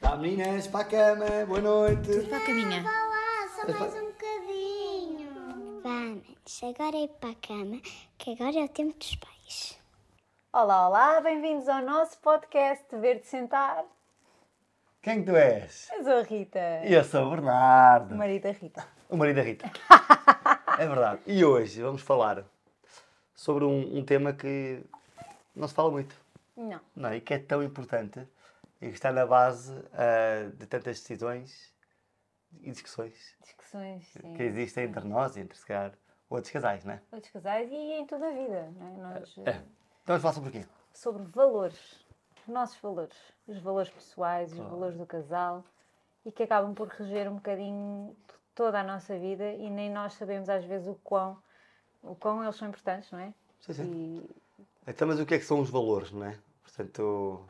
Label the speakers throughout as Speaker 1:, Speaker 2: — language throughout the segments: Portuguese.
Speaker 1: Vá meninas, para a cama, boa noite.
Speaker 2: Para a caminha.
Speaker 3: Vá lá, só mais um bocadinho.
Speaker 4: Vamos, agora é para a cama, que agora é o tempo dos pais.
Speaker 5: Olá, olá, bem-vindos ao nosso podcast Ver-te Sentar.
Speaker 1: Quem que tu és?
Speaker 5: Eu sou a Rita.
Speaker 1: Eu sou o Bernardo,
Speaker 5: Marida Rita.
Speaker 1: o marido da Rita. É verdade. E hoje vamos falar sobre um, um tema que não se fala muito,
Speaker 5: Não.
Speaker 1: não é? E que é tão importante e que está na base ah, de tantas decisões e discussões
Speaker 5: Discussões, sim.
Speaker 1: que existem entre nós e entre, se calhar, outros casais, não é?
Speaker 5: Outros casais e em toda a vida, não é? Nós, eh,
Speaker 1: Então vamos falar sobre o quê?
Speaker 5: Sobre valores. Os nossos valores. Os valores pessoais, os
Speaker 1: Claro.
Speaker 5: valores do casal e que acabam por reger um bocadinho toda a nossa vida e nem nós sabemos às vezes o quão, o quão eles são importantes, não é?
Speaker 1: Sim, sim.
Speaker 5: E
Speaker 1: Então, mas o que é que são os valores, não é? Portanto,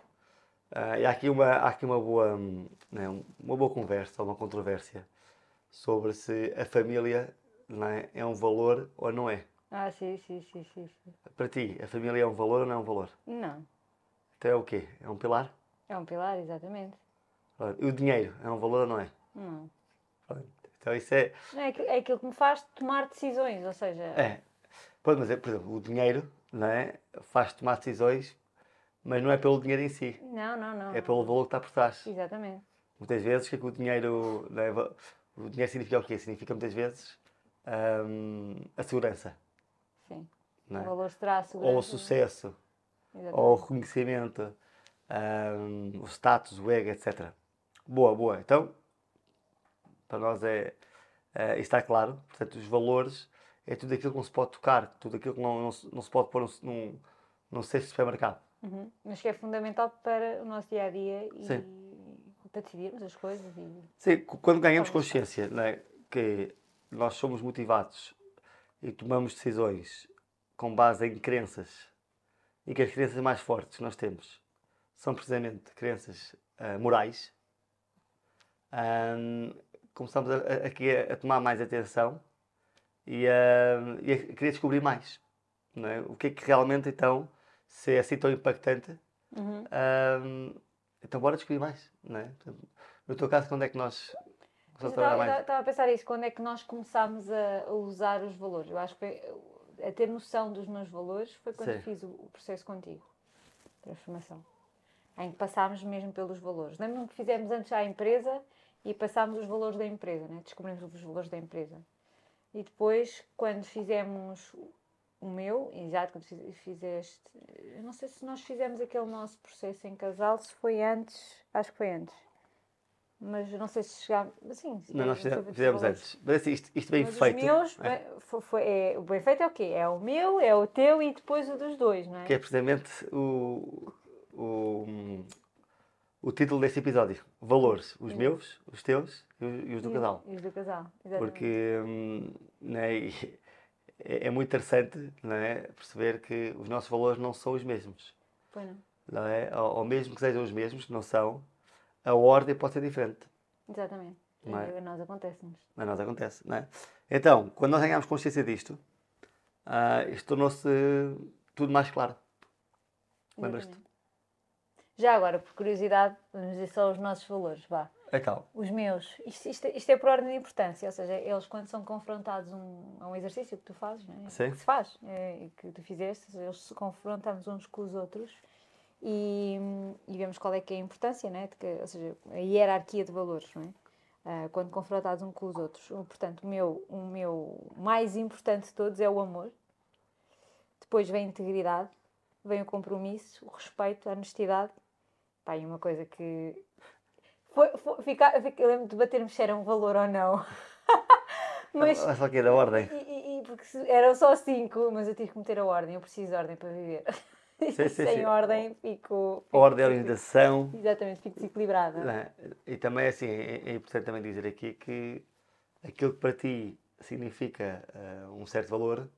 Speaker 1: ah, e há aqui uma, há aqui uma boa, hum, né, uma boa conversa, uma controvérsia sobre se a família não é, é um valor ou não é.
Speaker 5: Ah, sim, sim, sim, sim. sim.
Speaker 1: Para ti, a família é um valor ou não é um valor?
Speaker 5: Não.
Speaker 1: Então é o quê? É um pilar?
Speaker 5: É um pilar, exatamente.
Speaker 1: Ora, E o dinheiro é um valor ou não é?
Speaker 5: Não.
Speaker 1: Pronto. Então isso é,
Speaker 5: Não, É, aqui- é aquilo que me faz tomar decisões, ou seja,
Speaker 1: É. Pode, mas, é, por exemplo, o dinheiro não é, faz tomar decisões, mas não é pelo dinheiro em si,
Speaker 5: não, não, não.
Speaker 1: é pelo valor que está por trás.
Speaker 5: Exatamente.
Speaker 1: Muitas vezes, o que é que o dinheiro. não é? o dinheiro significa o quê? Significa muitas vezes hum, a segurança,
Speaker 5: Sim.
Speaker 1: não
Speaker 5: O
Speaker 1: é?
Speaker 5: valor será a segurança. né?
Speaker 1: ou o sucesso,
Speaker 5: Exatamente.
Speaker 1: ou o reconhecimento, hum, o status, o ego, etc. Boa, boa. Então, para nós é. eh, está claro, portanto, os valores é tudo aquilo que não se pode tocar, tudo aquilo que não, não, se, não se pode pôr num, num, num cesto de supermercado.
Speaker 5: Uhum. Mas que é fundamental para o nosso dia a dia e para decidirmos as coisas e
Speaker 1: Sim, cu- quando ganhamos consciência não é, que nós somos motivados e tomamos decisões com base em crenças e que as crenças mais fortes que nós temos são precisamente crenças ah, morais, ahm, começamos a, a- aqui a, a tomar mais atenção e, ahm, e a querer descobrir mais. não é? O que é que realmente então, se é assim tão impactante,
Speaker 5: Uhum.
Speaker 1: Ahm, então bora descobrir mais, não é? Portanto, No teu caso, quando é que nós
Speaker 5: Mas eu
Speaker 1: começamos a trabalhar mais?
Speaker 5: Estava a pensar isso, quando é que nós começámos a, a usar os valores? Eu acho que foi- a ter noção dos meus valores foi quando
Speaker 1: Sim.
Speaker 5: fiz o, o processo contigo, transformação, em que passámos mesmo pelos valores. Lembro-me que fizemos antes à empresa e passámos os valores da empresa, né? descobrimos os valores da empresa. E depois, quando fizemos o meu, exato, quando fiz- fizeste, eu não sei se nós fizemos aquele nosso processo em casal, se foi antes, acho que foi antes. Mas eu não sei se chegámos. Sim, se
Speaker 1: Não, nós
Speaker 5: calhar
Speaker 1: fizemos,
Speaker 5: foi
Speaker 1: fizemos
Speaker 5: valores.
Speaker 1: antes. Mas assim, isto, isto bem
Speaker 5: Mas
Speaker 1: feito.
Speaker 5: Os meus,
Speaker 1: não é?
Speaker 5: bem, fo- foi- é, o bem feito é o quê? É o meu, é o teu e depois o dos dois, não é?
Speaker 1: Que é precisamente o, o, o título deste episódio: Valores. Os meus, os teus e os, e os do
Speaker 5: E-
Speaker 1: casal.
Speaker 5: E os do casal, exatamente.
Speaker 1: Porque hum, não é? E é, é muito interessante não é? perceber que os nossos valores não são os mesmos.
Speaker 5: Foi, não?
Speaker 1: Não é? ou, ou mesmo que sejam os mesmos, que não são, a ordem pode ser diferente.
Speaker 5: Exatamente.
Speaker 1: Não é?
Speaker 5: E a nós acontece-nos.
Speaker 1: Mas nós acontece, não é? Então, quando nós ganhamos consciência disto, ah, isto tornou-se tudo mais claro. Lembras-te?
Speaker 5: Exatamente. Já agora, por curiosidade, vamos dizer só os nossos valores, vá.
Speaker 1: Então,
Speaker 5: Os meus, isto, isto- isto é por ordem de importância, ou seja, eles quando são confrontados um- a um exercício que tu fazes, não é?
Speaker 1: Sim.
Speaker 5: que se faz, é, e que tu fizeste, eles se confrontamos uns com os outros e, e vemos qual é que é a importância, não é? De que, ou seja, a hierarquia de valores, não é? Ah, quando confrontados um com os outros. O- Portanto, o meu, o meu mais importante de todos é o amor, depois vem a integridade, vem o compromisso, o respeito, a honestidade. Pá, e uma coisa que. Foi, foi, fica, fica- eu lembro de batermos se era um valor ou não. mas.
Speaker 1: olha só aqui da ordem.
Speaker 5: E, e- e porque se- eram só cinco, mas eu tive que meter a ordem, eu preciso de ordem para viver.
Speaker 1: Sim, sim,
Speaker 5: Sem
Speaker 1: sim.
Speaker 5: ordem fico. fico
Speaker 1: Ordem, é
Speaker 5: desequilib-
Speaker 1: organização.
Speaker 5: Exatamente, fico desequilibrada.
Speaker 1: não é? E também, assim, é, é importante também dizer aqui que aquilo que para ti significa ah, um certo valor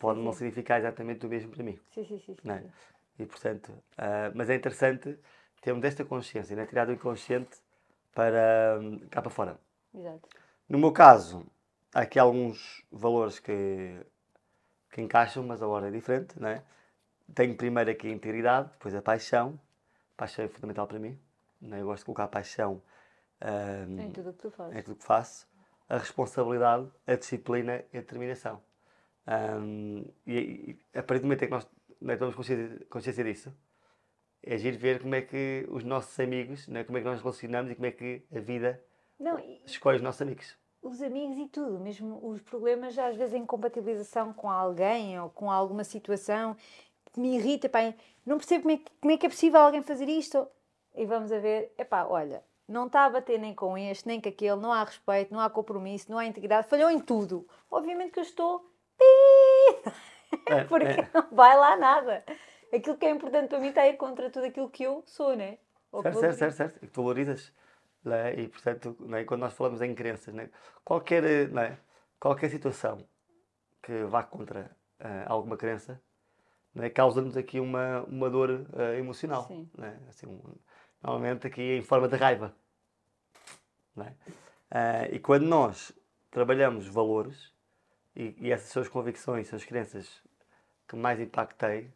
Speaker 1: pode não significar exatamente o mesmo para mim.
Speaker 5: Sim, sim, sim. sim,
Speaker 1: não é?
Speaker 5: sim.
Speaker 1: E portanto, ah, mas é interessante termos esta consciência, né? tirar do inconsciente para hum, cá para fora.
Speaker 5: Exato.
Speaker 1: No meu caso, há aqui alguns valores que, que encaixam, mas a ordem é diferente, não é? Tenho primeiro aqui a integridade, depois a paixão. Paixão é fundamental para mim. né? eu gosto de colocar paixão ahm,
Speaker 5: Em tudo o que tu
Speaker 1: em
Speaker 5: fazes.
Speaker 1: tudo que faço, a responsabilidade, a disciplina e a determinação. Ahm, e, e aparentemente é que nós não temos consciência, consciência disso. É giro ver como é que os nossos amigos, né, como é que nós nos relacionamos e como é que a vida
Speaker 5: Não, e
Speaker 1: escolhe os nossos amigos.
Speaker 5: os amigos e tudo, mesmo os problemas, às vezes, em compatibilização com alguém ou com alguma situação que me irrita, pá, não percebo como é, que, como é que é possível alguém fazer isto. E vamos a ver, epá, olha, não está a bater nem com este, nem com aquele, não há respeito, não há compromisso, não há integridade, falhou em tudo. Obviamente que eu estou. pi,
Speaker 1: É,
Speaker 5: Porque
Speaker 1: é.
Speaker 5: não vai lá nada. Aquilo que é importante para mim está a ir contra tudo aquilo que eu sou, né? Ou
Speaker 1: Certo,
Speaker 5: que vou
Speaker 1: certo,
Speaker 5: viver.
Speaker 1: certo, certo. E que valorizas. Né? E, portanto, né? quando nós falamos em crenças, né? qualquer, eh, né? qualquer situação que vá contra ah, alguma crença né? causa-nos aqui uma, uma dor ah, emocional.
Speaker 5: Sim.
Speaker 1: Né? Assim, um- normalmente aqui em forma de raiva. Né? Ah, e quando nós trabalhamos valores, e, e essas são as convicções, são as crenças que mais impacto têm,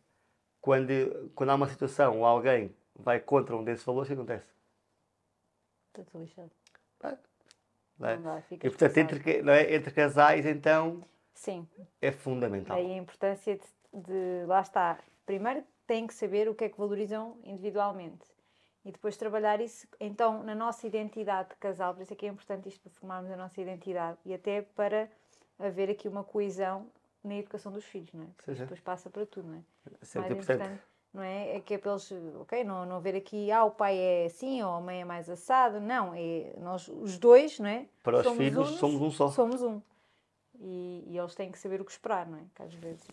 Speaker 1: quando, quando há uma situação ou alguém vai contra um desses valores, o que acontece?
Speaker 5: Estou Tá tudo lixado.
Speaker 1: não é?
Speaker 5: Não dá,
Speaker 1: E
Speaker 5: ficas
Speaker 1: portanto,
Speaker 5: cansado.
Speaker 1: entre, ca- não é? entre casais, então,
Speaker 5: Sim,
Speaker 1: é fundamental.
Speaker 5: Aí a importância de, de- lá está. Primeiro têm que saber o que é que valorizam individualmente e depois trabalhar isso então na nossa identidade de casal. Por isso é que é importante isto para formarmos a nossa identidade e até para haver aqui uma coesão na educação dos filhos, não é? Porque
Speaker 1: Sim,
Speaker 5: isto
Speaker 1: sim.
Speaker 5: depois passa para tudo, não é?
Speaker 1: Sempre
Speaker 5: mais
Speaker 1: importante.
Speaker 5: não é? É que é para eles, ok, não, não haver aqui, ah, o pai é assim ou a mãe é mais assado, não, é nós os dois, não é?
Speaker 1: Para os filhos,
Speaker 5: unos,
Speaker 1: somos um só.
Speaker 5: Somos um. E, e eles têm que saber o que esperar, não é? Que às vezes.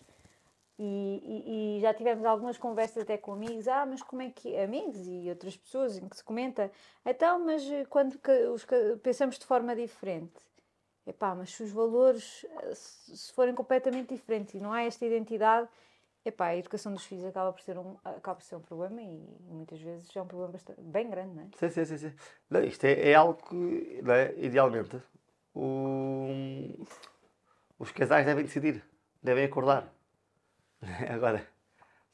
Speaker 5: E, e- e já tivemos algumas conversas até com amigos, ah, mas como é que. amigos e outras pessoas em que se comenta, então, mas eh, quando ca- os ca- pensamos de forma diferente. Epá, mas se os valores eh, se se forem completamente diferentes e não há esta identidade, epá, a educação dos filhos acaba por ser um, acaba por ser um problema e, muitas vezes é um problema bastante, bem grande, não é?
Speaker 1: Sim, sim, sim. sim. Não, isto é, é algo que, não é? idealmente, o- os casais devem decidir, devem acordar. Agora,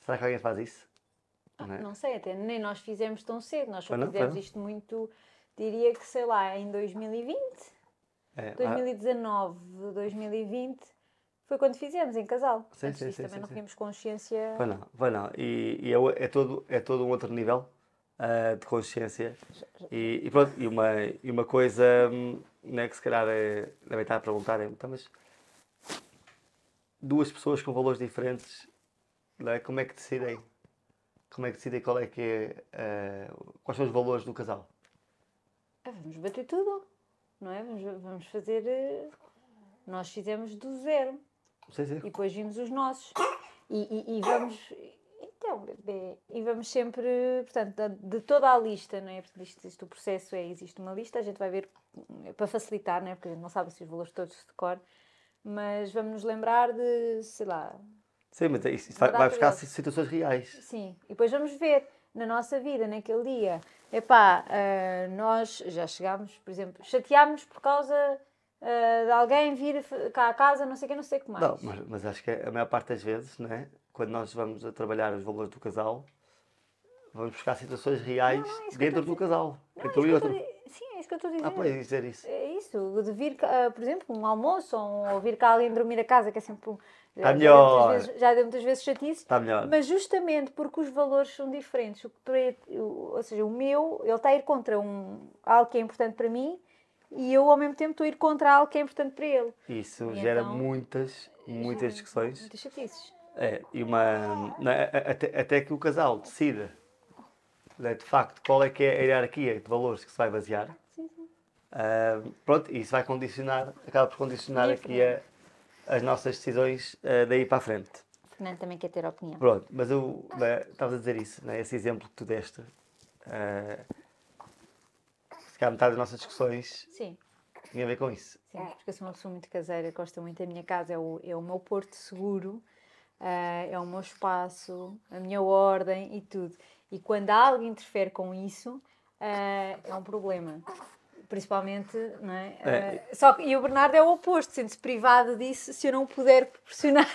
Speaker 1: será que alguém faz isso?
Speaker 5: Ah,
Speaker 1: Não é?
Speaker 5: Não sei, até nem nós fizemos tão cedo, nós só
Speaker 1: Pois não, pois
Speaker 5: fizemos
Speaker 1: não.
Speaker 5: isto muito, diria que sei lá, em 2020,
Speaker 1: É, ah,
Speaker 5: 2019, 2020, foi quando fizemos em casal.
Speaker 1: Sim,
Speaker 5: Antes
Speaker 1: sim,
Speaker 5: disso
Speaker 1: sim,
Speaker 5: também
Speaker 1: sim,
Speaker 5: não
Speaker 1: sim.
Speaker 5: tínhamos consciência.
Speaker 1: Vai não, vai não. E, e é, o- é todo, é todo um outro nível ah, de consciência. E, e pronto, e uma, e uma coisa hum, né, que se calhar é, devem estar a perguntar é, então, mas duas pessoas com valores diferentes, não é? como é que decidem? Como é que decidem qual é que é, ah, quais são os valores do casal?
Speaker 5: Ah, vamos bater tudo, não é? Vamos, vamos fazer. eh, Nós fizemos do zero
Speaker 1: Não sei
Speaker 5: e
Speaker 1: se
Speaker 5: depois vimos os nossos. E, e- e vamos. Então, bebê, e vamos sempre, portanto, da- de toda a lista, não é? Porque isto, isto- o processo é, existe uma lista, a gente vai ver hum, para facilitar, não é? Porque a gente não sabe se os valores todos se decoram, mas vamos nos lembrar de, sei lá,
Speaker 1: Sim, mas é isso, isso vai, vai buscar situações reais.
Speaker 5: Sim, e depois vamos ver na nossa vida, naquele dia. Epá, ah, nós já chegámos, por exemplo, chateámos por causa ah, de alguém vir a fa- cá à casa, não sei o que, não sei o que mais.
Speaker 1: Não, mas, mas acho que a maior parte das vezes, né, quando nós vamos a trabalhar os valores do casal, vamos buscar situações reais
Speaker 5: não, é isso que eu
Speaker 1: dentro
Speaker 5: tô
Speaker 1: do casal.
Speaker 5: Não, é
Speaker 1: entre
Speaker 5: isso
Speaker 1: um
Speaker 5: que
Speaker 1: e
Speaker 5: eu tô
Speaker 1: outro.
Speaker 5: di- Sim, é isso que eu estou a dizer.
Speaker 1: Ah, pois, dizer isso.
Speaker 5: É isso, de vir, cá, ah, por exemplo, um almoço ou, um- ou vir cá alguém dormir a casa, que é sempre um. já- já dei muitas
Speaker 1: Tá melhor.
Speaker 5: vezes- Já deu muitas vezes chatice,
Speaker 1: Está melhor.
Speaker 5: Mas justamente porque os valores são diferentes, o que tu é- o- ou seja, o meu, ele está a ir contra um, algo que é importante para mim e eu ao mesmo tempo estou a ir contra algo que é importante para ele.
Speaker 1: Isso
Speaker 5: E
Speaker 1: gera
Speaker 5: então-
Speaker 1: muitas, muitas discussões.
Speaker 5: Muitas chatices.
Speaker 1: É, e uma, não é, a- a- até, até que o casal decida, né, de facto, qual é que é a hierarquia de valores que se vai basear. Ah, pronto, isso vai condicionar, acaba por condicionar
Speaker 5: E a
Speaker 1: aqui a- as nossas decisões ah, daí para a frente.
Speaker 5: Fernando também quer ter opinião.
Speaker 1: Pronto, mas eu né, estavas a dizer isso, né, esse exemplo que tu deste. eh, se calhar metade das nossas discussões
Speaker 5: Sim,
Speaker 1: tinha a ver com isso.
Speaker 5: sim, porque eu sou uma pessoa muito caseira, gosto muito da minha casa, é o, é o meu porto seguro, ah, é o meu espaço, a minha ordem e tudo. E quando algo interfere com isso, ah, é um problema. Principalmente, não é?
Speaker 1: É.
Speaker 5: Ah, só que, e o Bernardo é o oposto, sente-se privado disso se eu não puder proporcionar.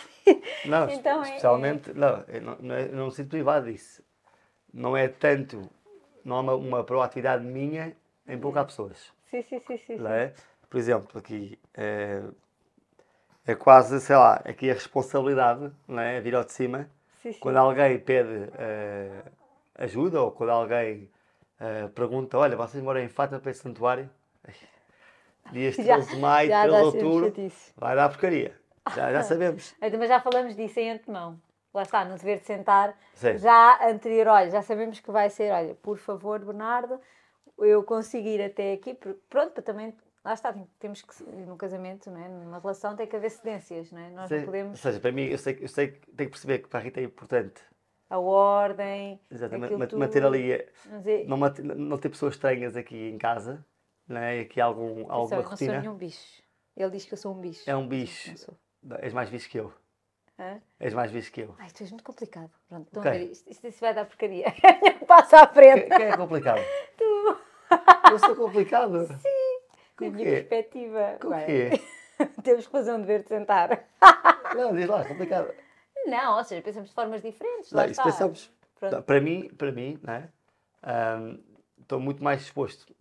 Speaker 1: Não,
Speaker 5: Então,
Speaker 1: espe-
Speaker 5: é-
Speaker 1: especialmente, não, eu não, não é- eu não me sinto privado disso. Não é tanto não há uma, uma proatividade minha em pouca pessoas.
Speaker 5: Sim, sim, sim, sim.
Speaker 1: não
Speaker 5: sim.
Speaker 1: é? Por exemplo, aqui é, é quase, sei lá, aqui a responsabilidade não é? virou de cima.
Speaker 5: Sim, sim.
Speaker 1: Quando alguém pede eh, ajuda ou quando alguém eh, pergunta, olha, vocês moram em Fátima para esse santuário? Dias 13 de maio,
Speaker 5: já
Speaker 1: 13 de
Speaker 5: dá sempre
Speaker 1: outubro,
Speaker 5: chatice.
Speaker 1: vai dar porcaria. Já, já sabemos.
Speaker 5: Então, Mas também já falamos disso em antemão. Lá está, no dever de sentar,
Speaker 1: Sim.
Speaker 5: já anterior, olha, já sabemos que vai ser, olha, por favor, Bernardo, eu consigo ir até aqui, por- pronto, para também, lá está, tem- temos que, se- num casamento, não é? numa relação, tem que haver cedências, não é? Nós
Speaker 1: Sim.
Speaker 5: não
Speaker 1: Ou
Speaker 5: podemos,
Speaker 1: seja, para mim, eu sei, que- eu sei que tenho que perceber que para a Rita é importante
Speaker 5: a ordem,
Speaker 1: exatamente,
Speaker 5: aquilo
Speaker 1: ma-
Speaker 5: tudo,
Speaker 1: manter ali, eh,
Speaker 5: não dizer,
Speaker 1: não, mate- não ter pessoas estranhas aqui em casa, não é? aqui algum,
Speaker 5: atenção,
Speaker 1: alguma
Speaker 5: eu não sou
Speaker 1: rotina.
Speaker 5: nenhum um bicho. Ele diz que eu sou um bicho.
Speaker 1: É um bicho.
Speaker 5: Não sou.
Speaker 1: És mais visto que eu.
Speaker 5: Hã?
Speaker 1: És mais visto que eu.
Speaker 5: Ai, tu és muito complicado. Pronto, estão a
Speaker 1: Ok.
Speaker 5: ver, isto, isto, isto vai dar porcaria. Passa à frente.
Speaker 1: Quem quem é complicado? Tu. Eu sou complicado? Sim.
Speaker 5: Da
Speaker 1: Com o
Speaker 5: minha
Speaker 1: quê?
Speaker 5: perspectiva.
Speaker 1: Com o
Speaker 5: Bem,
Speaker 1: quê?
Speaker 5: Temos que fazer um dever de sentar.
Speaker 1: Não, diz lá, é complicado.
Speaker 5: Não, ou seja, pensamos de formas diferentes.
Speaker 1: Não,
Speaker 5: Lá
Speaker 1: isso
Speaker 5: está.
Speaker 1: pensamos.
Speaker 5: Pronto.
Speaker 1: Para mim, para mim, né? ahm, Estou muito mais exposto,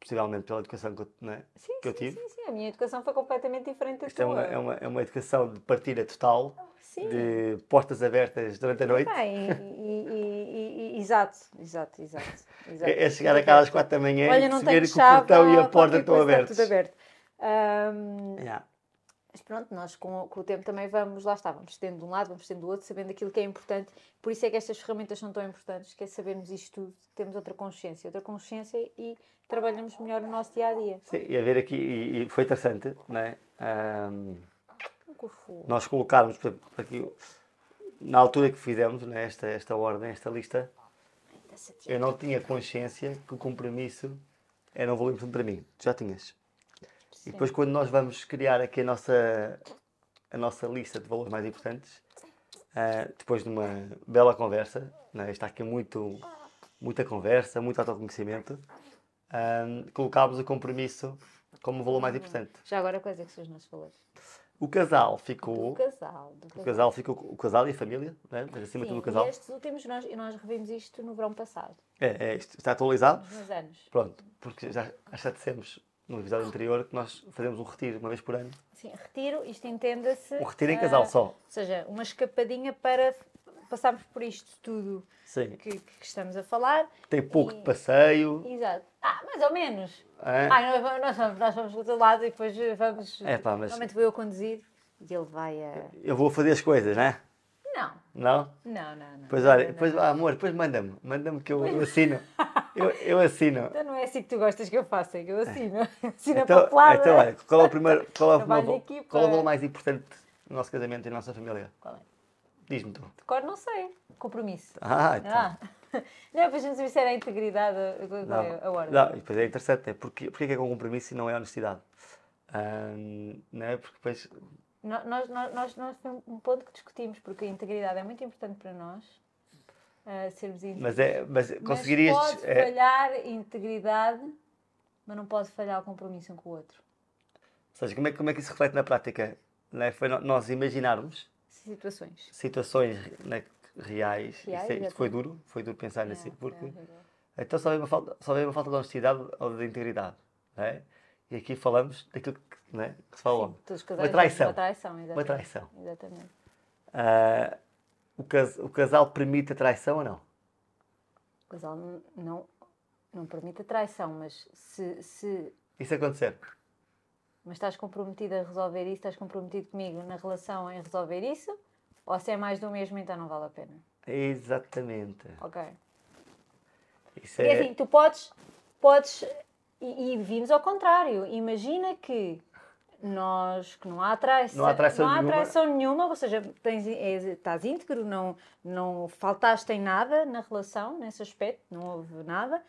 Speaker 1: possivelmente pela educação que eu, né,
Speaker 5: Sim,
Speaker 1: que eu
Speaker 5: sim,
Speaker 1: tive.
Speaker 5: sim, sim. A minha educação foi completamente diferente da
Speaker 1: Isto é
Speaker 5: tua.
Speaker 1: uma, é, uma, é uma educação de partilha total,
Speaker 5: Sim.
Speaker 1: de portas abertas durante a noite.
Speaker 5: Pá, e, e- e- e- e- exato, exato, exato. exato.
Speaker 1: É, é chegar a casa às quatro da manhã
Speaker 5: Olha,
Speaker 1: e
Speaker 5: não
Speaker 1: perceber
Speaker 5: tenho
Speaker 1: que o
Speaker 5: chave.
Speaker 1: portão e a
Speaker 5: há
Speaker 1: porta
Speaker 5: qualquer
Speaker 1: estão
Speaker 5: coisa, está
Speaker 1: abertos.
Speaker 5: Tudo aberto. Ahm,
Speaker 1: Yeah.
Speaker 5: Mas pronto, nós com, com o tempo também vamos, lá está, vamos tendo de um lado, vamos tendo do outro, sabendo aquilo que é importante. Por isso é que estas ferramentas são tão importantes, que é sabermos isto tudo, temos outra consciência, outra consciência e trabalhamos melhor no nosso dia a dia.
Speaker 1: Sim, e a ver aqui, e, e foi interessante, né? ahm,
Speaker 5: Nunca fui.
Speaker 1: nós colocarmos por exemplo, aqui, na altura que fizemos né, esta, esta ordem, esta lista,
Speaker 5: Tá chateada.
Speaker 1: eu não tinha consciência que o compromisso era um volume para mim. Tu já tinhas. E depois quando nós vamos criar aqui a nossa, a nossa lista de valores mais importantes, ah, depois de uma bela conversa, né, está aqui muito, muita conversa, muito autoconhecimento, ahm, colocámos o compromisso como o valor mais importante.
Speaker 5: Já agora quais é que são os nossos valores?
Speaker 1: O casal
Speaker 5: Do
Speaker 1: ficou...
Speaker 5: casal. Do
Speaker 1: O casal ficou o casal e a família, né? mas acima de tudo
Speaker 5: Sim,
Speaker 1: o
Speaker 5: E
Speaker 1: casal.
Speaker 5: estes últimos, nós, e nós revimos isto no verão passado,
Speaker 1: É, é isto. Está atualizado?
Speaker 5: nos meus anos.
Speaker 1: Pronto, porque já, já dissemos no episódio anterior que nós fazemos um retiro uma vez por ano.
Speaker 5: Sim, retiro, isto entenda-se...
Speaker 1: Um retiro em
Speaker 5: ah,
Speaker 1: casal só.
Speaker 5: Ou seja, uma escapadinha para passarmos por isto tudo
Speaker 1: Sim.
Speaker 5: que- que estamos a falar
Speaker 1: Tem pouco
Speaker 5: E-
Speaker 1: de passeio.
Speaker 5: Exato. Ah, mais ou menos.
Speaker 1: É?
Speaker 5: Ai, nós, vamos- nós vamos, nós vamos para outro lado e depois eh, vamos.
Speaker 1: É pá, mas-
Speaker 5: Normalmente vou eu conduzir e ele vai a.
Speaker 1: Eu vou fazer as coisas, né?
Speaker 5: Não,
Speaker 1: Não?
Speaker 5: não, não. não.
Speaker 1: Pois
Speaker 5: Não,
Speaker 1: olha,
Speaker 5: não,
Speaker 1: depois,
Speaker 5: não.
Speaker 1: ah, amor, depois manda-me. Manda-me que eu, eu assino. Eu, eu assino.
Speaker 5: Então não é assim que tu gostas que eu faça, é que eu assino. Assino a
Speaker 1: Então,
Speaker 5: papelada.
Speaker 1: então olha, qual é o primeiro. Qual é o,
Speaker 5: Trabalho
Speaker 1: primeiro, val-
Speaker 5: de equipa.
Speaker 1: qual é o valor mais importante do nosso casamento e da nossa família?
Speaker 5: Qual é?
Speaker 1: Diz-me tu.
Speaker 5: De cor, não sei. Compromisso.
Speaker 1: Ah, então.
Speaker 5: Ah. Não, depois vamos ver se era a integridade, a- qual é a ordem.
Speaker 1: não, e depois é interessante, é porque, porque é que é com compromisso e não é honestidade? Ahm, não é? Porque depois.
Speaker 5: No- Nós, nós, nós, nós foi um ponto que discutimos, porque a integridade é muito importante para nós. ah, sermos íntegros.
Speaker 1: Mas, é, mas
Speaker 5: Mas
Speaker 1: conseguirias.
Speaker 5: pode
Speaker 1: é,
Speaker 5: falhar a integridade, mas não pode falhar o compromisso um com o outro.
Speaker 1: ou seja, como é, como é que isso reflete na prática? Não é? Foi no- nós imaginarmos
Speaker 5: Situações.
Speaker 1: situações né, reais. Isso é-
Speaker 5: Reais,
Speaker 1: isso
Speaker 5: exatamente.
Speaker 1: foi duro, foi duro pensar
Speaker 5: É,
Speaker 1: nisso, porque.
Speaker 5: é horrível.
Speaker 1: Então só veio uma falta, só veio uma falta de honestidade ou de integridade. Não é? E aqui falamos daquilo que, não é, que se fala.
Speaker 5: Sim, todos os
Speaker 1: Uma
Speaker 5: casais
Speaker 1: traição.
Speaker 5: Uma traição, exatamente.
Speaker 1: Uma traição.
Speaker 5: Exatamente.
Speaker 1: Ah, o, cas, o casal permite a traição ou não?
Speaker 5: O casal n- não, não permite a traição, mas se, se
Speaker 1: Isso acontecer.
Speaker 5: mas estás comprometido a resolver isso, estás comprometido comigo na relação em resolver isso, ou se é mais do mesmo, então não vale a pena.
Speaker 1: Exatamente.
Speaker 5: Ok.
Speaker 1: Isso é
Speaker 5: Porque assim, tu podes, podes e, e vimos ao contrário. Imagina que nós, que não há traição,
Speaker 1: Não há traição
Speaker 5: não há
Speaker 1: nenhuma.
Speaker 5: traição nenhuma, ou seja, tens, és- estás íntegro, não, não faltaste em nada na relação, nesse aspecto, não houve nada,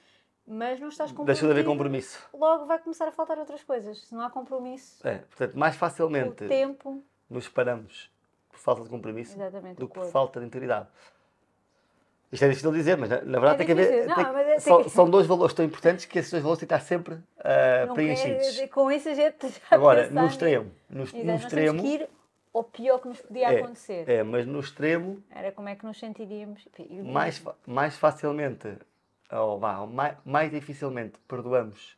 Speaker 5: mas não estás comprometido.
Speaker 1: Deixa de haver compromisso.
Speaker 5: Logo vai começar a faltar outras coisas. Se não há compromisso,
Speaker 1: É, portanto, mais
Speaker 5: o
Speaker 1: facilmente
Speaker 5: tempo,
Speaker 1: nos separamos por falta de compromisso
Speaker 5: Exatamente,
Speaker 1: do
Speaker 5: o
Speaker 1: que por
Speaker 5: corpo.
Speaker 1: falta de integridade. Isto é difícil de dizer, mas na, na verdade tem que haver.
Speaker 5: difícil, não,
Speaker 1: tem que-
Speaker 5: mas é- tem
Speaker 1: são,
Speaker 5: que-
Speaker 1: são dois valores tão importantes que esses dois valores têm que estar sempre ah,
Speaker 5: não
Speaker 1: preenchidos.
Speaker 5: quer- com isso a gente já
Speaker 1: Agora,
Speaker 5: pensar
Speaker 1: no
Speaker 5: nisso.
Speaker 1: extremo. No,
Speaker 5: Exato,
Speaker 1: no
Speaker 5: nós temos
Speaker 1: extremo.
Speaker 5: que ir ao pior que nos podia
Speaker 1: É,
Speaker 5: acontecer.
Speaker 1: é, mas no extremo,
Speaker 5: Era como é que nos sentiríamos. Enfim, e-
Speaker 1: mais, fa- mais facilmente ou vá, ou mai- mais, dificilmente perdoamos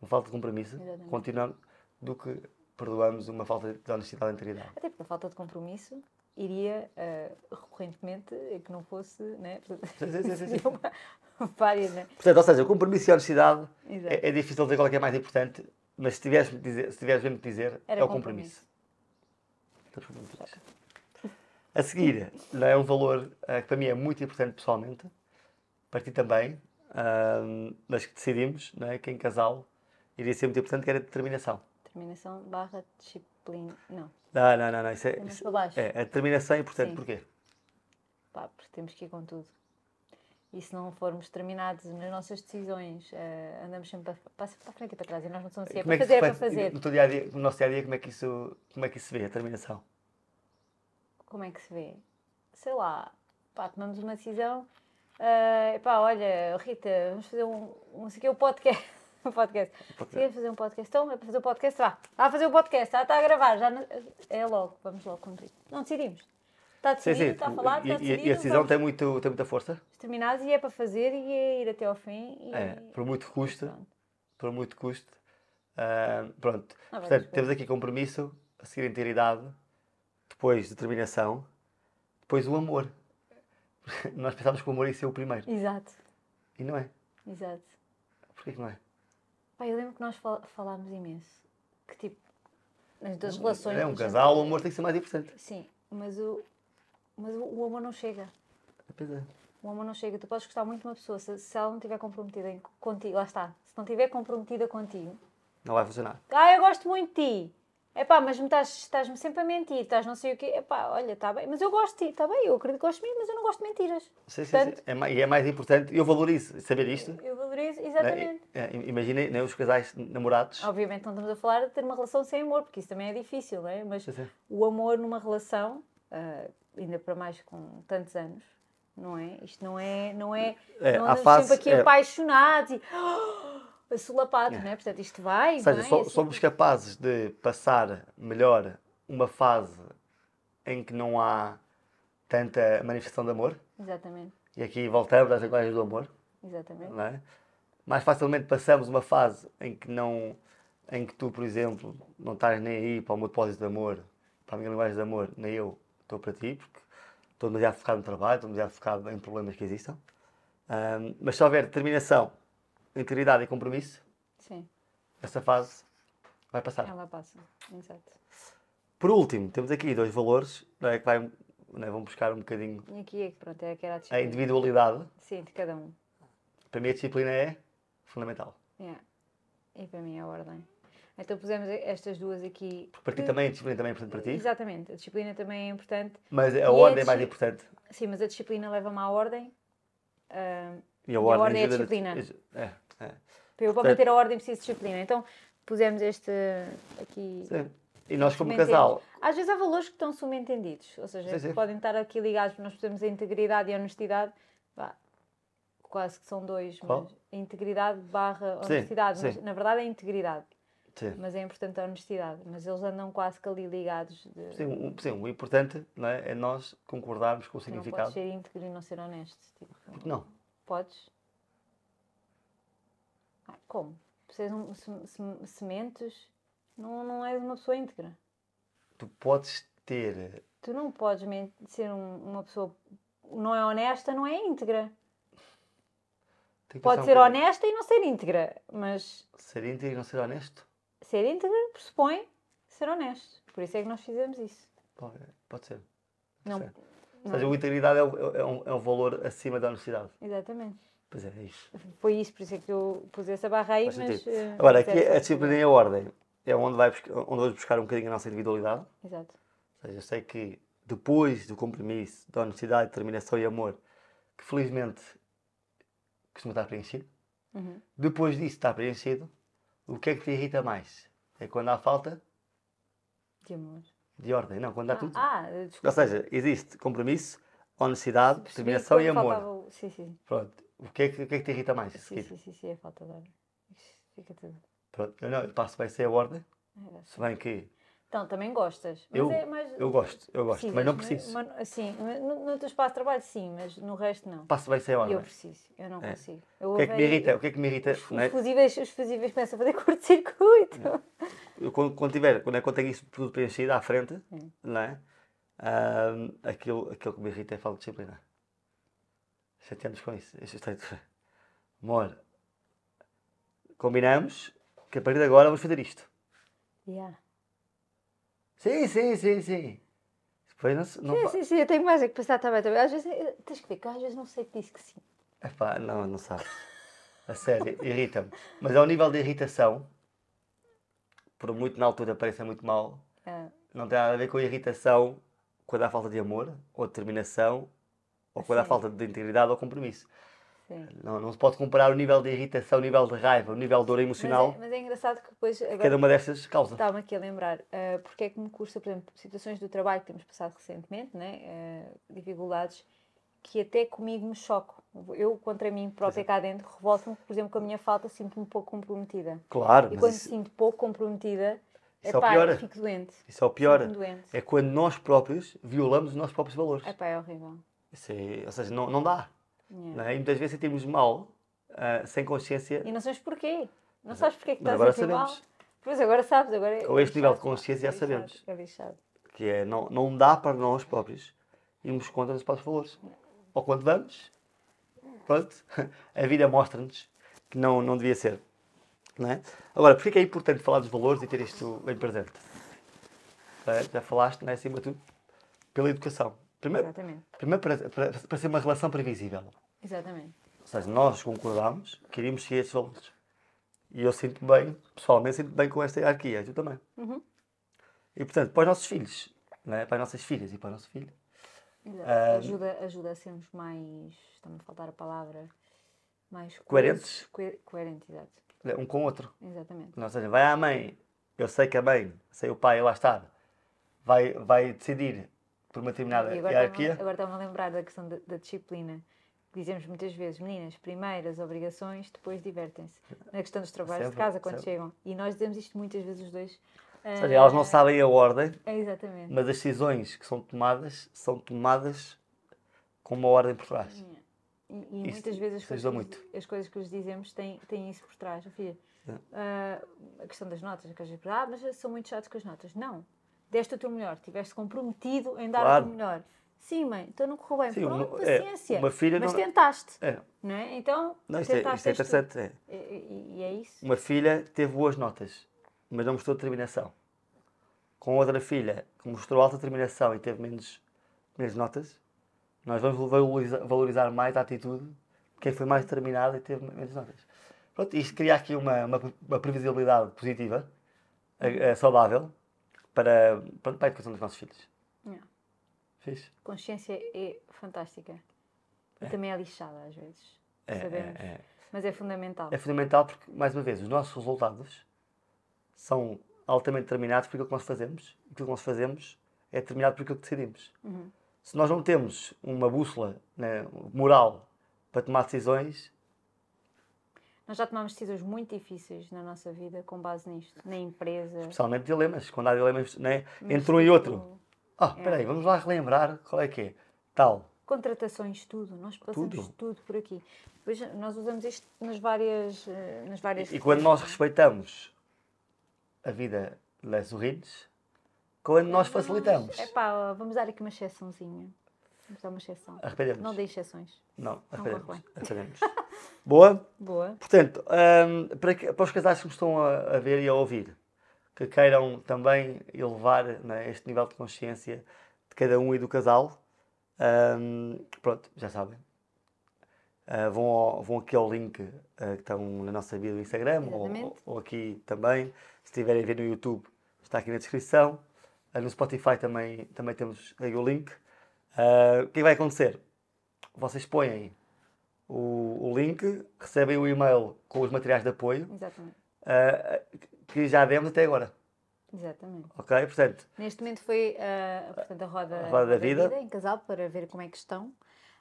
Speaker 1: uma falta de compromisso,
Speaker 5: Exatamente.
Speaker 1: continuando, do que perdoamos uma falta de honestidade e integridade.
Speaker 5: Até porque a falta de compromisso iria eh, recorrentemente a que não fosse, né? Portanto,
Speaker 1: Sim, sim, sim, sim, sim.
Speaker 5: seriam várias, né?
Speaker 1: Portanto, ou seja, o compromisso e a honestidade
Speaker 5: Exato.
Speaker 1: é, é difícil dizer qual é que é mais importante, mas se tiveres, de dizer, se tiveres mesmo de dizer,
Speaker 5: Era
Speaker 1: é o
Speaker 5: compromisso.
Speaker 1: compromisso. Então, pronto, deixa. A seguir, não é um valor ah, que para mim é muito importante pessoalmente, para ti também, ahm, mas que decidimos, não é, que em casal iria ser muito importante, que era a determinação.
Speaker 5: Determinação barra disciplina. Não,
Speaker 1: Não, não, não, não, isso é,
Speaker 5: é mais
Speaker 1: isso-
Speaker 5: para baixo.
Speaker 1: é, a determinação é importante,
Speaker 5: Sim.
Speaker 1: porquê?
Speaker 5: Pá, porque temos que ir com tudo. E se não formos determinados nas nossas decisões, eh, andamos sempre para, para, para a frente e para trás. E nós não somos assim, é para
Speaker 1: que
Speaker 5: fazer, é para
Speaker 1: reflete
Speaker 5: fazer.
Speaker 1: No, teu dia -dia, no nosso dia a dia, como é que isso, como é que isso se vê, a determinação?
Speaker 5: como é que se vê? Sei lá, pá, tomamos uma decisão, eh, pá, olha, Rita, vamos fazer um, um, não sei o quê, um podcast. Um podcast.
Speaker 1: Podcast.
Speaker 5: Se é fazer um podcast, então é para fazer o podcast, vá. Vá a fazer o podcast, já está a gravar, já não- é logo, vamos logo cumprir. Não decidimos. Está decidido, está a falar,
Speaker 1: e,
Speaker 5: está
Speaker 1: e-
Speaker 5: decidido.
Speaker 1: e a decisão
Speaker 5: vamos
Speaker 1: tem, muito, tem muita força,
Speaker 5: Terminados e é para fazer e é ir até ao fim. E...
Speaker 1: é, por muito que custe,
Speaker 5: Pronto.
Speaker 1: por muito que custe. Ah, pronto,
Speaker 5: Ah, vai,
Speaker 1: portanto,
Speaker 5: mas-
Speaker 1: temos aqui compromisso, a seguir integridade, depois determinação, depois o amor. Nós pensávamos que o amor ia ser o primeiro,
Speaker 5: Exato,
Speaker 1: e não é.
Speaker 5: exato.
Speaker 1: Porquê que não é?
Speaker 5: Pá, eu lembro que nós fal- falámos imenso. Que tipo, nas duas relações.
Speaker 1: é um
Speaker 5: por exemplo,
Speaker 1: casal, o amor tem que ser mais importante.
Speaker 5: Sim, mas o, mas o, o amor não chega.
Speaker 1: Pois é.
Speaker 5: O amor não chega. Tu podes gostar muito de uma pessoa, se, se ela não estiver comprometida em- contigo, lá está. Se não estiver comprometida contigo,
Speaker 1: Não vai funcionar.
Speaker 5: ah, eu gosto muito de ti. Epá, mas me estás- estás-me sempre a mentir, estás não sei o quê. Epá, olha, está bem, mas eu gosto de ti, está bem, eu acredito que gosto de mim, mas eu não gosto de mentiras.
Speaker 1: Sim, sim,
Speaker 5: Portanto-
Speaker 1: sim. É, ma- e é mais importante, eu valorizo saber isto.
Speaker 5: Eu valorizo,
Speaker 1: né?
Speaker 5: exatamente.
Speaker 1: É, im- Imaginem né, os casais namorados.
Speaker 5: Obviamente não estamos a falar de ter uma relação sem amor, porque isso também é difícil, não é? Mas
Speaker 1: Sim, sim.
Speaker 5: o amor numa relação, ah, ainda para mais com tantos anos, não é? Isto não é. Não, é,
Speaker 1: É,
Speaker 5: não
Speaker 1: há
Speaker 5: andamos
Speaker 1: fases,
Speaker 5: sempre aqui
Speaker 1: é.
Speaker 5: apaixonados e. Oh, assolapados, não é? Portanto, isto vai.
Speaker 1: Ou seja,
Speaker 5: vem,
Speaker 1: so-
Speaker 5: assim-
Speaker 1: somos capazes de passar melhor uma fase em que não há tanta manifestação de amor.
Speaker 5: Exatamente,
Speaker 1: E aqui voltamos às linguagens do amor.
Speaker 5: exatamente.
Speaker 1: não é? Mais facilmente passamos uma fase em que não, em que tu, por exemplo, não estás nem aí para o meu depósito de amor, para a minha linguagem de amor, nem eu estou para ti, porque estou demasiado focado no trabalho, estou demasiado focado em problemas que existam. Ahm, mas se houver determinação, integridade e compromisso,
Speaker 5: Sim,
Speaker 1: essa fase vai passar.
Speaker 5: ela passa. Exato.
Speaker 1: Por último, temos aqui dois valores não é, que vai, não é, vão buscar um bocadinho
Speaker 5: E aqui é que, pronto, é que era a
Speaker 1: a
Speaker 5: disciplina.
Speaker 1: individualidade.
Speaker 5: Sim, de cada um.
Speaker 1: Para mim, a disciplina é fundamental.
Speaker 5: Yeah. E para mim é a ordem. Então pusemos estas duas aqui.
Speaker 1: Para ti também, a disciplina também é importante para ti,
Speaker 5: Exatamente, a disciplina também é importante.
Speaker 1: mas
Speaker 5: a
Speaker 1: a ordem é mais
Speaker 5: disci-
Speaker 1: importante.
Speaker 5: Sim, mas a disciplina leva-me à ordem. Ah,
Speaker 1: E a
Speaker 5: ordem é a
Speaker 1: ajuda-
Speaker 5: disciplina.
Speaker 1: aj- É, é.
Speaker 5: Para eu para
Speaker 1: Portanto-
Speaker 5: manter a ordem preciso de disciplina. Então pusemos este aqui.
Speaker 1: Sim. E nós, como
Speaker 5: subentendido.
Speaker 1: casal,
Speaker 5: Às vezes há valores que estão subentendidos, ou seja,
Speaker 1: Sim, sim.
Speaker 5: que podem estar aqui ligados, nós pusemos a integridade e a honestidade. Vá, quase que são dois,
Speaker 1: Qual?
Speaker 5: mas a integridade barra
Speaker 1: Sim,
Speaker 5: honestidade. mas,
Speaker 1: sim.
Speaker 5: na verdade é integridade,
Speaker 1: sim.
Speaker 5: mas é importante a honestidade. Mas eles andam quase que ali ligados de
Speaker 1: Sim, o, sim, o importante não é, é nós concordarmos com o
Speaker 5: tu não podes
Speaker 1: significado.
Speaker 5: ser íntegro e não ser honesto. Tipo,
Speaker 1: Porque não.
Speaker 5: podes. Ah, como? Precisam se, se, sementes, não, não és uma pessoa íntegra.
Speaker 1: Tu podes ter.
Speaker 5: Tu não podes men- ser um- uma pessoa não é honesta, não é íntegra.
Speaker 1: tem que pensar
Speaker 5: Pode
Speaker 1: um
Speaker 5: ser
Speaker 1: bocadinho.
Speaker 5: honesta e não ser íntegra, mas
Speaker 1: Ser íntegro e não ser honesto?
Speaker 5: ser íntegra pressupõe ser honesto. Por isso é que nós fizemos isso.
Speaker 1: Pode, pode ser.
Speaker 5: Não,
Speaker 1: Certo. Ou
Speaker 5: não-
Speaker 1: seja, a integridade é, o- é um, é um valor acima da honestidade.
Speaker 5: Exatamente.
Speaker 1: Pois é, é isso.
Speaker 5: Foi isso, por isso é que eu pus essa barra aí,
Speaker 1: Faz
Speaker 5: mas.
Speaker 1: sentido.
Speaker 5: eh,
Speaker 1: Agora, aqui é
Speaker 5: certo,
Speaker 1: a
Speaker 5: certo.
Speaker 1: disciplina e a ordem é onde, vai busca- onde vamos buscar um bocadinho a nossa individualidade.
Speaker 5: Exato.
Speaker 1: Ou seja, eu sei que depois do compromisso, da honestidade, determinação e amor, que felizmente costuma estar preenchido,
Speaker 5: Uhum.
Speaker 1: depois disso está preenchido, o que é que te irrita mais? É quando há falta
Speaker 5: De amor.
Speaker 1: de ordem, não, quando há tudo.
Speaker 5: Ah, ah, desculpa.
Speaker 1: Ou seja, existe compromisso, honestidade,
Speaker 5: Percebi
Speaker 1: determinação e
Speaker 5: quando
Speaker 1: amor.
Speaker 5: faltava o- Sim, sim.
Speaker 1: Pronto. O que, é que, o que é que te irrita mais? a
Speaker 5: Sim,
Speaker 1: seguir?
Speaker 5: sim, sim, sim, é falta de ar. Isto Fica tudo.
Speaker 1: Pronto. Eu não, eu passo bem sem a ordem,
Speaker 5: Ah, era assim.
Speaker 1: se bem que
Speaker 5: Então, também gostas. Mas
Speaker 1: Eu,
Speaker 5: é mais-
Speaker 1: eu gosto, eu gosto, mas não preciso.
Speaker 5: Mas, mas- sim, mas no, no teu espaço de trabalho, sim, mas no resto, não.
Speaker 1: Passo bem sem hora.
Speaker 5: eu
Speaker 1: não é?
Speaker 5: preciso, eu não
Speaker 1: É.
Speaker 5: consigo. Eu
Speaker 1: O que é que me
Speaker 5: odeio-
Speaker 1: irrita? O que é que me irrita? não é?
Speaker 5: Os fusíveis, os fusíveis começam a fazer curto-circuito.
Speaker 1: Eu, quando, quando tiver, quando é que eu tenho isso tudo preenchido à frente, não é? Ahm, aquilo, aquilo que me irrita é a falta de disciplina. Chateamos com isso. Isso está Amor, combinamos que a partir de agora vamos fazer isto.
Speaker 5: Yeah.
Speaker 1: Sim, sim, sim, sim. Depois não, se- não,
Speaker 5: Sim,
Speaker 1: fa-
Speaker 5: sim, sim, eu tenho mais é que passar também. também. Às vezes, eh, tens que ver que eu às vezes não sei que disse que sim.
Speaker 1: Epá, não, não sabes. A sério, irrita-me. Mas ao nível de irritação, por muito na altura pareça muito mal,
Speaker 5: Ah,
Speaker 1: não tem nada a ver com a irritação quando há falta de amor, ou determinação, ou quando há
Speaker 5: Sim.
Speaker 1: falta de integridade ou compromisso.
Speaker 5: sim. Mas é-
Speaker 1: Não, não se pode comparar o nível de irritação, o nível de raiva, o nível de dor emocional
Speaker 5: Mas, é, Tá. engraçado que depois.
Speaker 1: que
Speaker 5: Agora
Speaker 1: cada uma destas causa.
Speaker 5: estava-me aqui a lembrar ah, porque é que me custa, por exemplo, situações do trabalho que temos passado recentemente, né? ah, dificuldades que até comigo me choco. Eu, contra mim própria cá dentro, revolto-me, por exemplo, com a minha falta, sinto-me pouco comprometida.
Speaker 1: Claro,
Speaker 5: E
Speaker 1: mas
Speaker 5: quando
Speaker 1: isso,
Speaker 5: me sinto pouco comprometida,
Speaker 1: Isso é o
Speaker 5: epá,
Speaker 1: pior.
Speaker 5: eu fico doente.
Speaker 1: isso é o pior.
Speaker 5: Sinto-me doente.
Speaker 1: É quando nós próprios violamos os nossos próprios valores.
Speaker 5: Epá, é horrível.
Speaker 1: Isso é- ou seja, não, não dá.
Speaker 5: Yeah.
Speaker 1: não é? E muitas vezes sentimos mal, ah, sem consciência,
Speaker 5: E não sabes porquê. Não sabes porquê que
Speaker 1: mas
Speaker 5: estás
Speaker 1: agora
Speaker 5: a sentir mal.
Speaker 1: sabemos.
Speaker 5: Pois agora sabes. Agora é
Speaker 1: Com este nível de
Speaker 5: lixado, pá,
Speaker 1: consciência já
Speaker 5: é lixado,
Speaker 1: sabemos.
Speaker 5: É lixado.
Speaker 1: que é não, não dá para nós próprios irmos contra os próprios valores. Ou quando vamos, pronto, a vida mostra-nos que não, não devia ser. Não é? Agora, porquê que é importante falar dos valores e ter isto bem presente? Eh, Já falaste, não é, acima de tudo, pela educação. Primeiro,
Speaker 5: Exatamente.
Speaker 1: primeiro para, para, para ser uma relação previsível.
Speaker 5: Exatamente.
Speaker 1: Ou seja, nós concordámos que iríamos seguir estes valores. E eu sinto-me bem, pessoalmente, sinto-me bem com esta hierarquia, tu também.
Speaker 5: Uhum.
Speaker 1: E portanto, para os nossos filhos, não é? para as nossas filhas e para o nosso filho,
Speaker 5: Exato. Ajuda, ajuda a sermos mais. Está-me a faltar a palavra. Mais
Speaker 1: Coerentes.
Speaker 5: coesos, coe- coerentes, exato.
Speaker 1: é um com o outro.
Speaker 5: Exatamente.
Speaker 1: Ou seja, vai à mãe, eu sei que a mãe, sei o pai, lá está, vai, vai decidir por uma determinada
Speaker 5: E agora
Speaker 1: hierarquia.
Speaker 5: estava- agora estava-me a lembrar da questão da, da disciplina. Dizemos muitas vezes, meninas, primeiro as obrigações, depois divertem-se. Na questão dos trabalhos
Speaker 1: Sempre,
Speaker 5: de casa, quando
Speaker 1: sempre.
Speaker 5: chegam. E nós dizemos isto muitas vezes os dois.
Speaker 1: Ou seja, elas não sabem a ordem,
Speaker 5: É, exatamente.
Speaker 1: mas as decisões que são tomadas são tomadas com uma ordem por trás.
Speaker 5: E, e
Speaker 1: Isso
Speaker 5: muitas vezes as
Speaker 1: te
Speaker 5: coisas,
Speaker 1: ajuda
Speaker 5: que lhes- as coisas que lhes dizemos têm, têm isso por trás. Ó Filha,
Speaker 1: É.
Speaker 5: ah, a questão das notas, que às vezes, ah, mas são muito chatos com as notas. Não. Deste o teu melhor, estiveste comprometido em dar
Speaker 1: Claro.
Speaker 5: o teu melhor. Sim, mãe, então não correu bem.
Speaker 1: Sim,
Speaker 5: Pronto,
Speaker 1: uma- é,
Speaker 5: paciência.
Speaker 1: uma filha
Speaker 5: mas
Speaker 1: não-
Speaker 5: tentaste,
Speaker 1: É,
Speaker 5: não é? Então,
Speaker 1: não, isto, é,
Speaker 5: tentaste.
Speaker 1: isto é
Speaker 5: és tu.
Speaker 1: interessante. é.
Speaker 5: E, e- e é isso.
Speaker 1: Uma filha teve boas notas, mas não mostrou determinação. Com outra filha que mostrou alta determinação e teve menos, menos notas, nós vamos valoriza- valorizar mais a atitude de quem foi mais determinado e teve menos notas. Pronto, isto cria aqui uma, uma, pre- uma previsibilidade positiva, eh, eh, saudável, para, pronto, para a educação dos nossos filhos.
Speaker 5: Yeah.
Speaker 1: Fixe?
Speaker 5: Consciência é fantástica. E também é lixada às vezes.
Speaker 1: É,
Speaker 5: Sabemos.
Speaker 1: é, é.
Speaker 5: Mas é fundamental.
Speaker 1: É fundamental porque, mais uma vez, os nossos resultados são altamente determinados por aquilo que nós fazemos. E aquilo que nós fazemos é determinado por aquilo que decidimos. Se nós não temos uma bússola né, moral para tomar decisões,
Speaker 5: Nós já tomámos decisões muito difíceis na nossa vida com base nisto. Na empresa.
Speaker 1: especialmente dilemas, quando há dilemas né, entre um e outro.
Speaker 5: tipo,
Speaker 1: Ah, espera aí, vamos lá relembrar qual é que é. Tal.
Speaker 5: Contratações, tudo. Nós passamos
Speaker 1: Tudo.
Speaker 5: tudo, por aqui. Depois nós usamos isto nas várias. eh, Nas várias
Speaker 1: E quando nós respeitamos a vida das urrines, quando nós facilitamos,
Speaker 5: É pá, vamos dar aqui uma exceçãozinha. Vamos dar uma exceção.
Speaker 1: arrependemos.
Speaker 5: Não dei exceções.
Speaker 1: Não,
Speaker 5: corre
Speaker 1: arrependemos.
Speaker 5: bem.
Speaker 1: arrependemos. Boa?
Speaker 5: Boa.
Speaker 1: Portanto, hum, para, que- para os casais que me estão a, a ver e a ouvir, que queiram também elevar né, este nível de consciência de cada um e do casal, hum, pronto, já sabem. Ah, vão, ao- vão aqui ao link ah, que estão na nossa bio do Instagram ou,
Speaker 5: Exatamente.
Speaker 1: ou aqui também. Se estiverem a ver no YouTube, está aqui na descrição. Ah, no Spotify também, também temos aí o link. Ah, o que é que vai acontecer? Vocês põem o, o link, recebem o e-mail com os materiais de apoio
Speaker 5: Exatamente.
Speaker 1: ah, que já demos até agora.
Speaker 5: Exatamente.
Speaker 1: Ok? Portanto,
Speaker 5: Neste momento foi ah, portanto, a, roda,
Speaker 1: A Roda da Vida.
Speaker 5: em casal para ver como é que estão.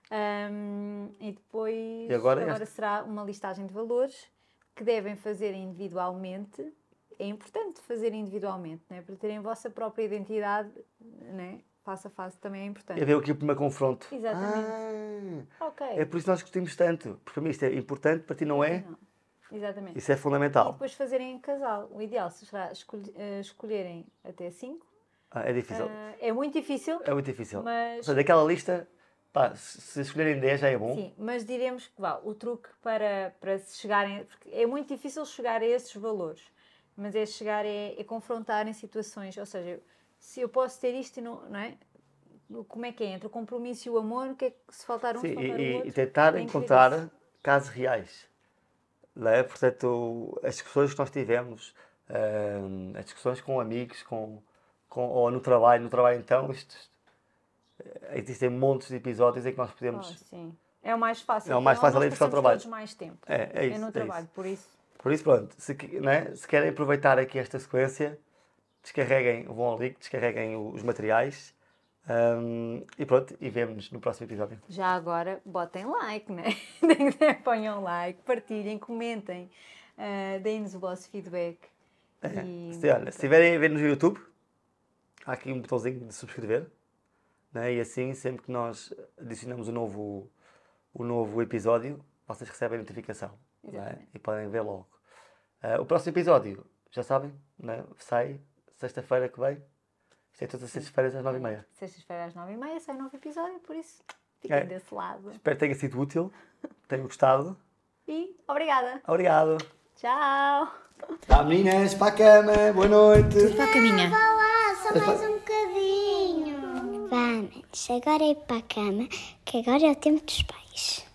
Speaker 5: Ahm, e depois
Speaker 1: E agora
Speaker 5: será uma listagem de valores que devem fazer individualmente é importante fazer individualmente, né? para terem a vossa própria identidade, né? face a face também é importante.
Speaker 1: É ver aqui o primeiro confronto.
Speaker 5: Exatamente.
Speaker 1: Ah,
Speaker 5: Ok.
Speaker 1: é por isso que nós discutimos tanto. Porque para mim isto é importante, para ti não é.
Speaker 5: Não. Exatamente.
Speaker 1: Isso é
Speaker 5: E
Speaker 1: fundamental.
Speaker 5: depois fazerem em casal. O ideal será escolhe- eh, escolherem até 5.
Speaker 1: Ah, é difícil.
Speaker 5: é muito difícil,
Speaker 1: É muito difícil. Ou
Speaker 5: mas
Speaker 1: seja, daquela lista, pá, se se escolherem 10 já é bom.
Speaker 5: Sim, mas diremos que vá, o truque para, para se chegarem. Porque é muito difícil chegar a esses valores, mas é chegar é, é confrontar em situações. Ou seja, eu- se eu posso ter isto e não. não é? Como é que é? Entre o compromisso e o amor, o que é que se faltar um,
Speaker 1: Sim, e,
Speaker 5: se faltar o
Speaker 1: e-
Speaker 5: outro?
Speaker 1: e tentar
Speaker 5: é incrível.
Speaker 1: encontrar casos reais. Não é? Portanto, as discussões que nós tivemos, hum, as discussões com amigos, com, com, ou no trabalho, no trabalho então, isto, eh, existem montes de episódios em que nós
Speaker 5: Ah,
Speaker 1: podemos.
Speaker 5: sim. É o mais fácil.
Speaker 1: É o mais
Speaker 5: porque
Speaker 1: fácil,
Speaker 5: nós
Speaker 1: é buscar o
Speaker 5: passamos
Speaker 1: trabalho.
Speaker 5: todos mais tempo.
Speaker 1: É, é isso, é
Speaker 5: no
Speaker 1: isso.
Speaker 5: trabalho, por isso.
Speaker 1: Por isso, pronto, se, que- não é? se querem aproveitar aqui esta sequência, descarreguem, vão ao link, descarreguem o- os materiais hum, e pronto, e vemos no próximo episódio.
Speaker 5: Já agora, botem like, né? Tem que ter- Ponham like, partilhem, comentem, ah, deem-nos o vosso feedback.
Speaker 1: É,
Speaker 5: E-
Speaker 1: Se, olha, se estiverem a ver no YouTube, há aqui um botãozinho de subscrever. Né? E assim, sempre que nós adicionamos o novo, o novo episódio, vocês recebem a notificação. né?
Speaker 5: Exatamente.
Speaker 1: E podem ver logo. Ah, o próximo episódio, já sabem, né? sai sexta-feira que vem. Isto é todas as sextas-feiras às nove e meia.
Speaker 5: Sextas-feira às nove e meia sai um novo episódio, por isso fiquem
Speaker 1: É.
Speaker 5: desse lado.
Speaker 1: Espero que tenha sido útil, tenham gostado.
Speaker 5: E obrigada!
Speaker 1: Obrigado.
Speaker 5: Tchau!
Speaker 1: Tá, meninas, para a cama. Boa noite.
Speaker 2: Vá caminha.
Speaker 3: Vá lá, só mais um bocadinho.
Speaker 4: Vá, manos, agora é para a cama, que agora é o tempo dos pais.